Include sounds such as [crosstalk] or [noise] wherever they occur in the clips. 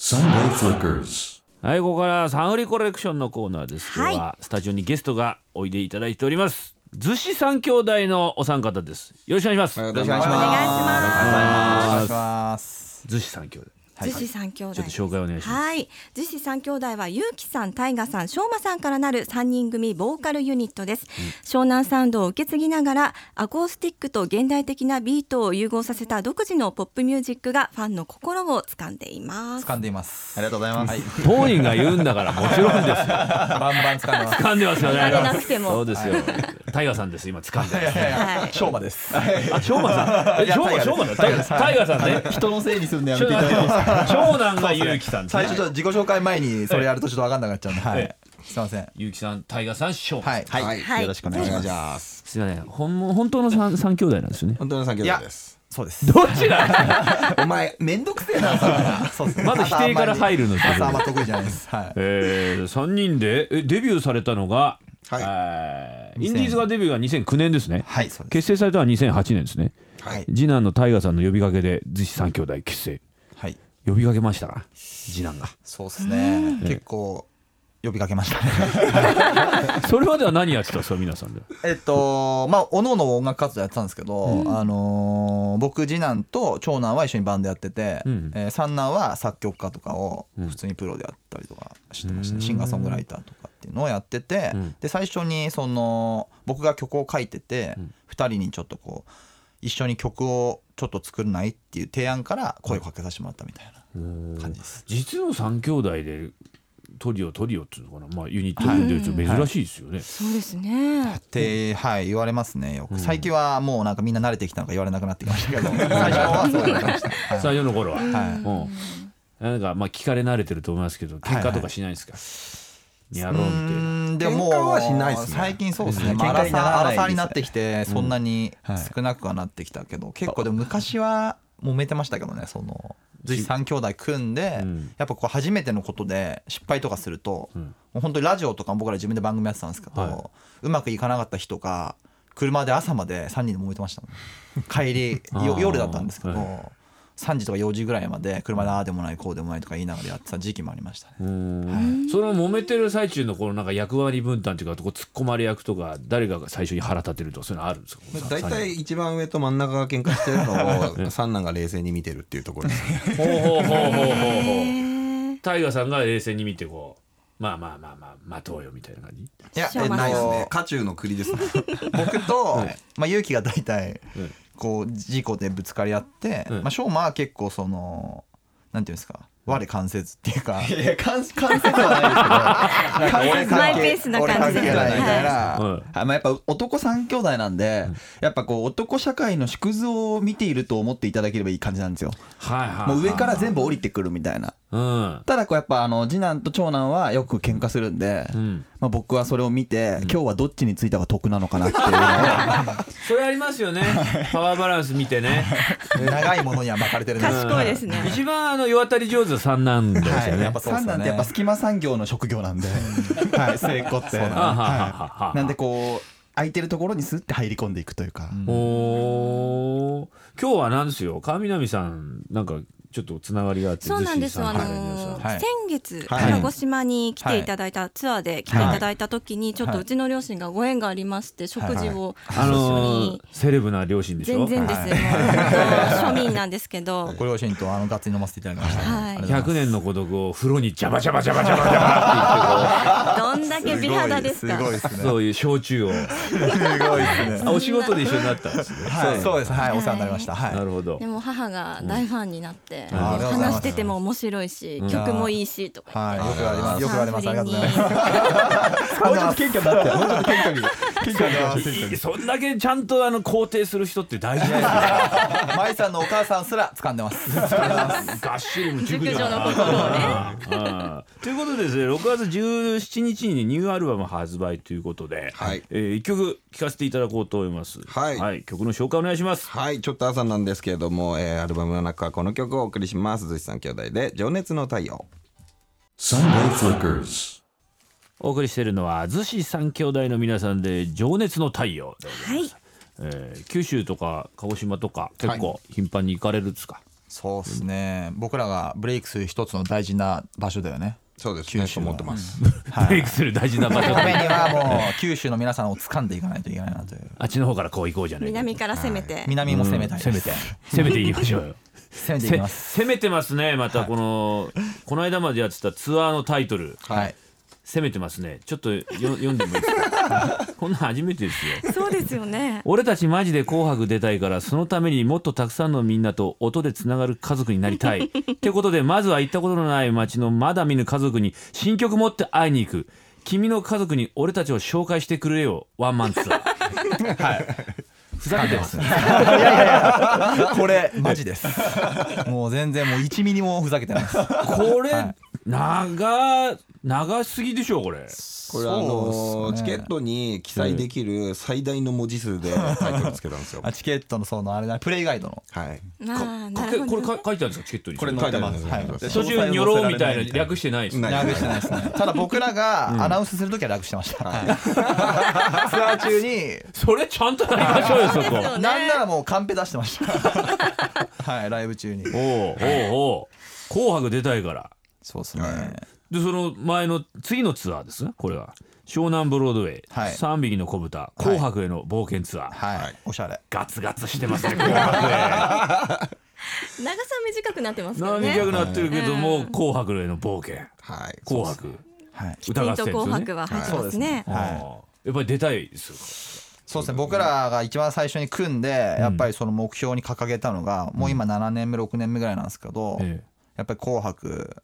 Sunday Flickers. はいここからサンフリコレクションのコーナーです今はい日はスタジオにゲストがおいでいただいております逗子三兄弟のお三方ですよろしくお願いしますよろしくお願いします。お願いしお願いします。逗子三兄弟逗子三兄弟です。ちょっと紹介お願いしますはい、逗子三兄弟はゆうきさん、たいがさん、しょうまさんからなる三人組ボーカルユニットです。湘南サウンドを受け継ぎながら、アコースティックと現代的なビートを融合させた独自のポップミュージックがファンの心を掴んでいます。掴んでいます。ありがとうございます。当人が言うんだからもちろんですよバンバン掴んでます。掴んでますよね掴んでなくてもそうですよタイガーさんです今掴んでま [laughs] すはい。しょうまです。あ、しょうまさん。え、しょうま、しょうまさん。タイガータイガーさんね。人のせいにするのやめていただいていいですか。長男がゆうきさんです最初ね。ちょっと自己紹介前にそれやるとちょっと分かんなくなっちゃうんで、はい。すいません。ゆうきさん、タイガーさん、しょうま。はい。はい、はいよろしくお願いします。すいません。ほんも本当の三三兄弟なんですよね。本当の三兄い弟やです。、そうです。どちら。お前めんどくせえなさ。そうですねまず否定から入るの朝はあんま得意じゃないです。はい。えー三人でえデビューされたのが、はいえー2000インディーズがデビューが2009年ですね。はい、そうです。結成されたのは2008年ですね。はい。次男のタイガーさんの呼びかけで逗子三兄弟結成。はい。呼びかけましたか。次男が。そうですね。結構呼びかけましたね。それまでは何やってたんですか皆さんで。えっと、まあ、おのおの音楽活動やってたんですけど、あのー僕次男と長男は一緒にバンドやってて、うんえー三男は作曲家とかを普通にプロでやったりとかしてましたね、シンガーソングライターとかっていうのをやってて、うんで最初にその僕が曲を書いてて、二人にちょっとこう一緒に曲をちょっと作らないっていう提案から声をかけさせてもらったみたいな感じです。実の三兄弟でトリオトリオっていうのかな、まあ、ユニットで出ると珍しいですよね、そうですね。って、はい、言われますねよく、最近はもうなんかみんな慣れてきたのか言われなくなってきました [laughs] けど最初はそう言われてました。はい最初の頃は、はいうん、なんかまあ聞かれ慣れてると思いますけど喧嘩とかしないですか、やろうみたいなうんでも喧嘩はしないっすね最近そうですね、うんまあ、喧嘩にならない荒さになってきてそんなに少なくはなってきたけど、結構でも昔は揉めてましたけどねそのぜひ3兄弟組んで、うんやっぱこう初めてのことで失敗とかすると、んもう本当にラジオとかも僕ら自分で番組やってたんですけど、はいうまくいかなかった日とか車で朝まで3人で揉めてましたもん帰りあよー夜だったんですけど、は3時とか4時ぐらいまで車でああでもないこうでもないとか言いながらやってた時期もありましたね。うんその揉めてる最中のこのなんか役割分担っていうかこう突っ込まれ役とか誰が最初に腹立てるとかそういうのあるんですか大体一番上と真ん中が喧嘩してるのを三男が冷静に見てるっていう [laughs] ところですね。ほうほうほうほうほうほうタイガさんが冷静に見てこうまあまあまあまあ待とうよみたいな感じいやしょうがないえっと家中の栗ですね。僕 [laughs] と、まあ、勇気が大体うんこう事故でぶつかり合って、うんまあ、しょうまは結構そのなんていうんですか我関せずっていうか。いや [laughs] 関関節はないですけどマイペースな感じで俺関係ないみたいな。ははいいまあやっぱ男三兄弟なんで、やっぱこう男社会の縮図を見ていると思っていただければいい感じなんですよ。はいはい、はい、もう上から全部降りてくるみたいな。うんただこうやっぱあの次男と長男はよく喧嘩するんで、うんまあ、僕はそれを見て、今日はどっちについた方が得なのかなっていうのそれありますよねパワーバランス見てね長いものには巻かれてるね賢いですね。一番あの世渡り上手は三男ですよね、はい、やっぱをそうです三よ男っねてやっぱ隙間産業の職 [laughs] 業なんで、はい、成功ってそうだねあはははははいなんでこう空いてるところにスッて入り込んでいくというか、おー今日はなんですよ川南さんなんかちょっとつながりがあってそうなんです。逗子あさかのらねーはい先月、はい鹿児島に来ていただいた、ツアーで来ていただいた時に、ちょっとうちの両親がご縁がありまして、食事を一あ緒のにー。セレブな両親でしょ全然です、はもいう本当庶民なんですけ [laughs] ど。ご両親とあのガッツに飲ませていただきました、はいありがとうござい100年の孤独を風呂にジャバジャバジャバジャバジャどんだけ美肌ですか。ますバそういう焼酎をすごいですねあお仕事で一緒になったんですねはい、そうですはいお世話になりましたはいなるほどでも母が大ファンになって、んあありがとうございま話すしてても面白いし、曲もいいしとかはい、よくあります。言よっくて。あります。ありがとうます。ございます。もうちょっと謙虚になって。もうちょっと謙虚に。いいそんだけちゃんとあの肯定する人って大事ですよまいさんのお母さんすら掴んでます。がっしりも熟熟女のここととをということでですね6月17日にニューアルバム発売ということで、はいえー一曲聴かせていただこうと思います、はい曲の紹介お願いしますはいちょっと朝なんですけれども、えーアルバムの中はこの曲をお送りします鈴木さん兄弟で「情熱の太陽 Sunday Flickers. お送りしているのは逗子三兄弟の皆さんで「情熱の太陽でございます」はい。えー九州とか鹿児島とか結構頻繁に行かれるんですか、そうですね僕らがブレイクする一つの大事な場所だよねそうです九ね州との思ってます、はいブレイクする大事な場所ためにはもう九州の皆さんを掴んでいかないといけないなというあっちの方からこう行こうじゃないか南から攻めて、南も攻めたいです、攻めて攻めていきましょ [laughs] うよ攻めていせきます攻めてますねまたこの、この間までやってたツアーのタイトルはい攻めてますねちょっとよ読んでもいいです [laughs] かこんなん初めてですよそうですよね俺たちマジで紅白出たいからそのためにもっとたくさんのみんなと音でつながる家族になりたいってことでまずは行ったことのない町のまだ見ぬ家族に新曲持って会いに行く君の家族に俺たちを紹介してくれよワンマンツアーふざけてますね [laughs] これマジです [laughs] もう全然もう1ミリもふざけてないですこれ、はい長長すぎでしょこれこれあそうのっすチねケットに記載できる最大の文字数でタイトルつけたんですよあチケットのそのあれだプレイガイドのはいまあかなけるほこれどか書いてあるんですかチケットにこれ書いてあるんですはいはい途中にょろうみたいな略してないですねない略してないですねただ僕らがアナウンスするときは略してました、はいツアー中にそれちゃんとやりましょうよそこねなんならもうカンペ出してましたはいライブ中におうおうおう紅白出たいからそうですね、でその前の次のツアーですねこれは湘南ブロードウェイ、はい3匹の子豚紅白への冒険ツアー、はい、はいおしゃれガツガツしてますね紅白長さ短くなってまへすけど長ねくなってるけども、うん紅白への冒険はい紅白はい歌合戦とですよ紅ね白は入ってますね、あーやっぱり出たいですよそうですね僕らが一番最初に組んでやっぱりその目標に掲げたのが、もう今7年目6年目ぐらいなんですけど、えやっぱり「紅白」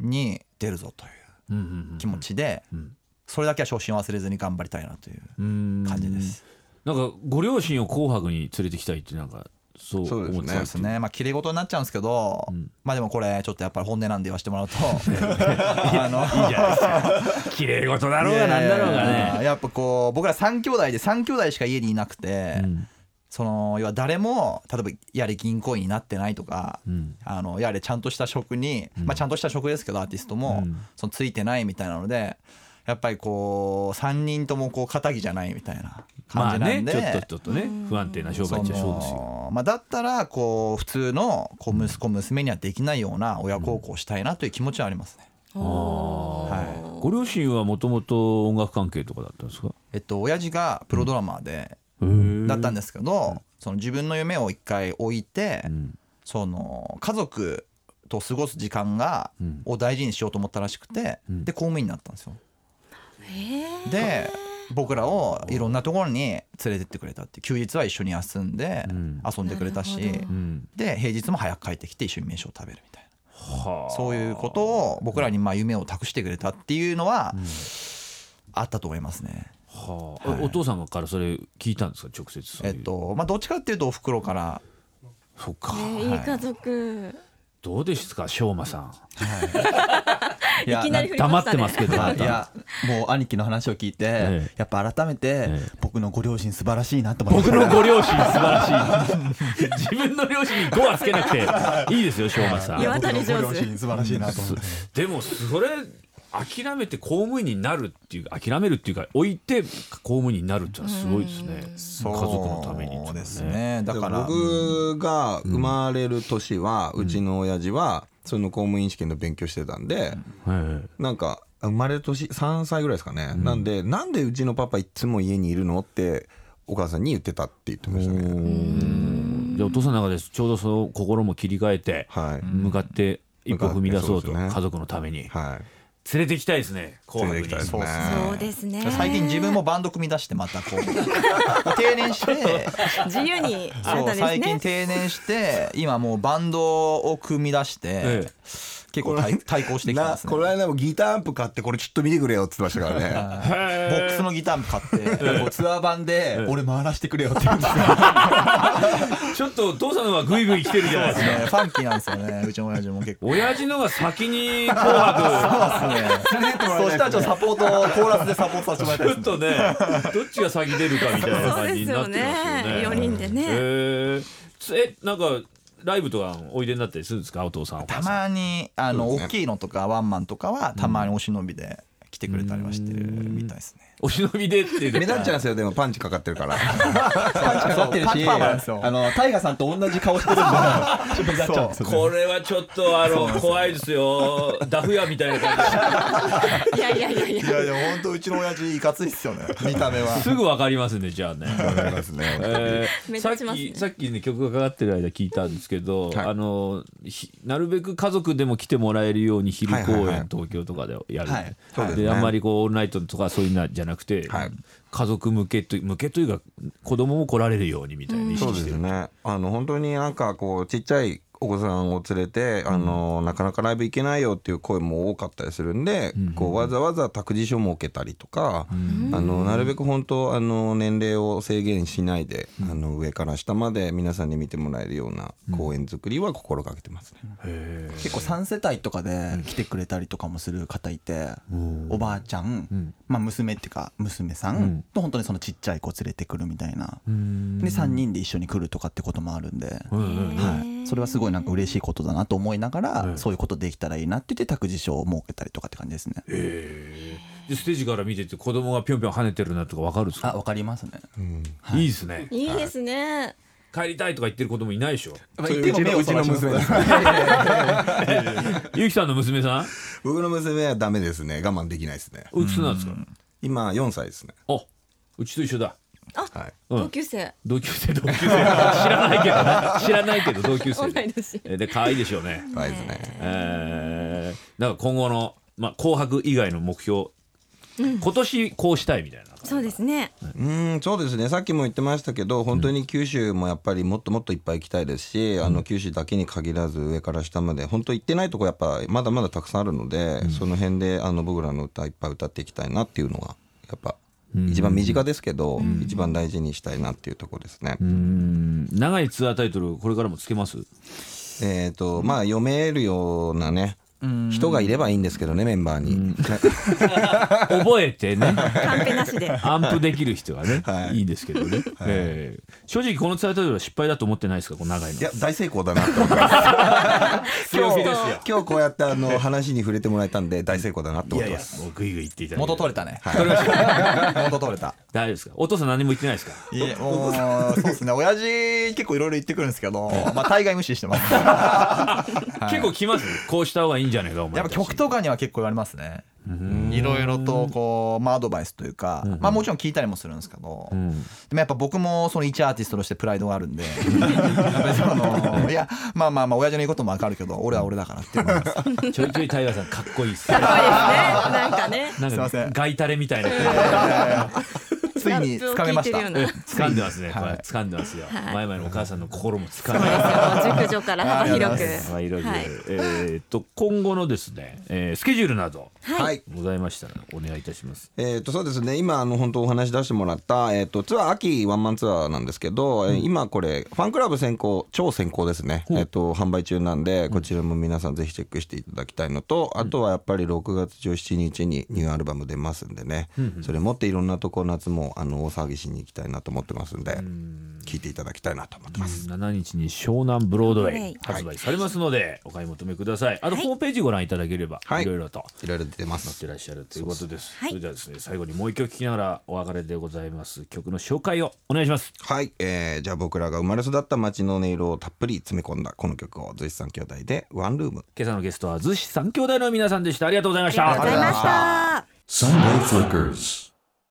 に出るぞといえうんう気持ちで、んそれだけは初心を忘れずに頑張りたいなといううんうんうーん感じです。なんかご両親を紅白に連れてきたいってなんかそうそうです思ってそねうたんですねまあ綺麗事になっちゃうんですけど、まあでもこれちょっとやっぱり本音なんで言わせてもらうとあのいいじゃないですか綺麗事だろうがなんだろうがいやいやねやっぱこう僕ら3兄弟で3兄弟しか家にいなくて、んその要は誰も例えばやれ銀行員になってないとか、んあのやれちゃんとした職に、まあ、ちゃんとした職ですけどアーティストも、うんそのついてないみたいなのでやっぱりこう3人ともこう肩着じゃないみたいなま感あじなんねで、ちょっとちょっとね不安定な商売っちゃそうですよそのまあ、だったらこう普通のこう息子娘にはできないような親孝行したいなという気持ちはありますね。おーはいご両親はもともと音楽関係とかだったんですかえっと親父がプロドラマーで、だったんですけど、その自分の夢を一回置いて、んその家族と過ごす時間が、んを大事にしようと思ったらしくて、んで公務員になったんですよ。へーで僕らをいろんなところに連れてってくれたって休日は一緒に休んでん遊んでくれたし、なるほどうんで平日も早く帰ってきて一緒に飯を食べるみたいな。はあそういうことを僕らにまあ夢を託してくれたっていうのはあったと思いますね。はあえお父さんからそれ聞いたんですか直接そうえいうっとまあどっちかっていうとお袋からそっかねいい家族、どうですかしょうまさんいい、やきなり振り黙ましったてねますけどあいやもう兄貴の話を聞いて、ええやっぱ改めて、え僕のご両親素晴らしいなと思いまし僕たのご両親素晴らしい自分の両親に5はつけなくていいですよしょうまさいやん渡り上手僕のご両親素晴らしいなと思って、でもそれ諦めて公務員になるっていう諦めるっていうか置いて公務員になるってのはすごいですね家族のためにっていうのはそうですね。だから僕が生まれる年は、うちの親父はその公務員試験の勉強してたんで、はいなんか生まれる年3歳ぐらいですかね、なんでなんでうちのパパいつも家にいるのってお母さんに言ってたって言ってましたねでお父さんの中でちょうどその心も切り替えてはい、向かって一歩踏み出そうと向かってそうですね家族のためにはい連れて行きたいですね紅白に連れて行きたいそうですそね。うですね最近自分もバンド組み出してまたこう [laughs] 定年して自由にされそたでうす最近ね定年して今もうバンドを組み出してええ結構対対抗してきたんですなね。この間もギターアンプ買ってこれちょっと見てくれよって言ってましたから [laughs] ねボックスのギターも買ってこうツアー版で、俺回らせてくれよって言うんですよちょっとお父さんの方がグイグイ来てるじゃ [laughs] ないですかねファンキーなんですよねうちの親父も結構。親父のが先に紅白 [laughs] そしたらちょっとサポートコーラスでサポートさせてもらいたちいでょすっとねどっちが先出るかみたいなそう感じでにすなっよてますよねね四人でね、へえつえなんかライブとかおいでになったりするんですかお父さんおた母さんまにあの、そうですね大きいのとかワンマンとかはたまにお忍びで来てくれたりはしてるみたいですねお忍びでって [laughs] いうか目立っちゃうんですよでもパンチかかって [laughs] るからパンチかかってるそうパンしチパーマなんですよあのタイガさんと同じ顔してるんでちょっと目立っちゃうんですよこれはちょっとあの怖いですよダフ屋みたいな感じいやいやいやいやいやいや本当うちの親父いかついっすよ [laughs] ね見た目はすぐわかりますねじゃあね [laughs] ありますねえー目さっ立ちますねきさっきね曲がかかってる間聞いたんですけど、はいあのひなるべく家族でも来てもらえるように昼公演、はいはいはい東京とかでやる、はいそうですねであんまりこうオールナイトとかそういうのじゃなくて、はい家族向けと向けというか子供も来られるようにみたいな意そう識でしてする、ねあの本当になんかこうちっちゃいお子さんを連れて、あのなかなかライブ行けないよっていう声も多かったりするんで、こうわざわざ託児所設けたりとか、あのなるべく本当あの年齢を制限しないで、あの上から下まで皆さんに見てもらえるような公演作りは心がけてますね。結構3世帯とかで来てくれたりとかもする方いて、おばあちゃん、まあ、娘っていうか娘さん、と本当にそのちっちゃい子連れてくるみたいな、で3人で一緒に来るとかってこともあるんで、はい、それはすごいなんか嬉しいことだなと思いながら、そういうことできたらいいなって言って託児所を設けたりとかって感じですね。でステージから見てて子供がぴょんぴょん跳ねてるなとかわかるんですあかわかりますね。いいですねいいですね。帰りたいとか言ってる子供いないでしょまあそれ言ってもうちの目をそらしますうちの娘ですゆきさんの娘さん [laughs] 僕の娘はダメですね我慢できないですね。おいくつなんですか今4歳ですね。あうちと一緒だはい。うん同級生。同級生同級生知らないけどな知らないけ [laughs] ど同級生同い年えーで可愛いでしょうね、はいですね。えー、だから今後の、まあ、紅白以外の目標、今年こうしたいみたいなそうですね。うーんそうですねさっきも言ってましたけど本当に九州もやっぱりもっともっといっぱい行きたいですし、あの九州だけに限らず上から下まで本当行ってないとこやっぱまだまだたくさんあるので、その辺であの僕らの歌いっぱい歌っていきたいなっていうのがやっぱ一番身近ですけど、一番大事にしたいなっていうところですね。うん長いツアータイトルこれからもつけ [laughs] ますえっ、とまあ読めるようなね人がいればいいんですけどねメンバーに。覚えてねカンペ [laughs] なしで。アンプできる人はね、、はいいいんですけどね、えー正直このツアータイトルは失敗だと思ってないですかこの長いのいや大成功だなと思います。 [laughs] 今日今日こうやってあの話に触れてもらえたんで大成功だなとい思っやいてまやす。もうグイグイ言っていただいて元取れたね、元取れた大丈夫ですかお父さん何も言ってないですかいえもうそうですね親父結構いろいろ言ってくるんですけどまあ大概無視してます結構来ますこうした方がいいんじゃねえかお前やっぱ曲とかには結構言われますねいろいろとこう、まあ、アドバイスというか、まあ、もちろん聞いたりもするんですけど、でもやっぱ僕もその一アーティストとしてプライドがある [laughs] んでやっぱりそのいやまあまあまあ親父の言うことも分かるけど俺は俺だからっていうのがちょいちょいタイガーさんかっこいいっす [laughs] かっこいいですね。なんかね。なんすいませかんガイタレみたいなついに掴めましたラップを聞いてる掴ようなんでますね、これはい掴んでますよ、はい前々のお母さんの心も掴んでま熟女から幅広く。すはいいろいろはいえーっと今後のですね、えースケジュールなどはいございましたらお願いいたしますえー、とそうですね今あの本当お話し出してもらった、えー、とツアー秋ワンマンツアーなんですけど、えー今これファンクラブ先行超先行ですね、えー、と販売中なんでこちらも皆さんぜひチェックしていただきたいのと、あとはやっぱり6月17日にニューアルバム出ますんでね、それ持っていろんなとこ夏もあの大騒ぎしに行きたいなと思ってますんで、聞いていただきたいなと思ってます。 7日に湘南ブロードウはェイい発売されますのでお買い求めくださいあとホームページご覧いただければ、、はいいろいろといろいろ出てま載っすてらっしゃるということですはいそれではですね最後にもう一曲聴きながらお別れでございます曲の紹介をお願いしますはい、えー、じゃあ僕らが生まれ育った街の音色をたっぷり詰め込んだこの曲を随さん兄弟で「ワンルーム」今朝のゲストは逗子三兄弟の皆さんでしたありがとうございましたありがとうございました。 Sunday Flickers.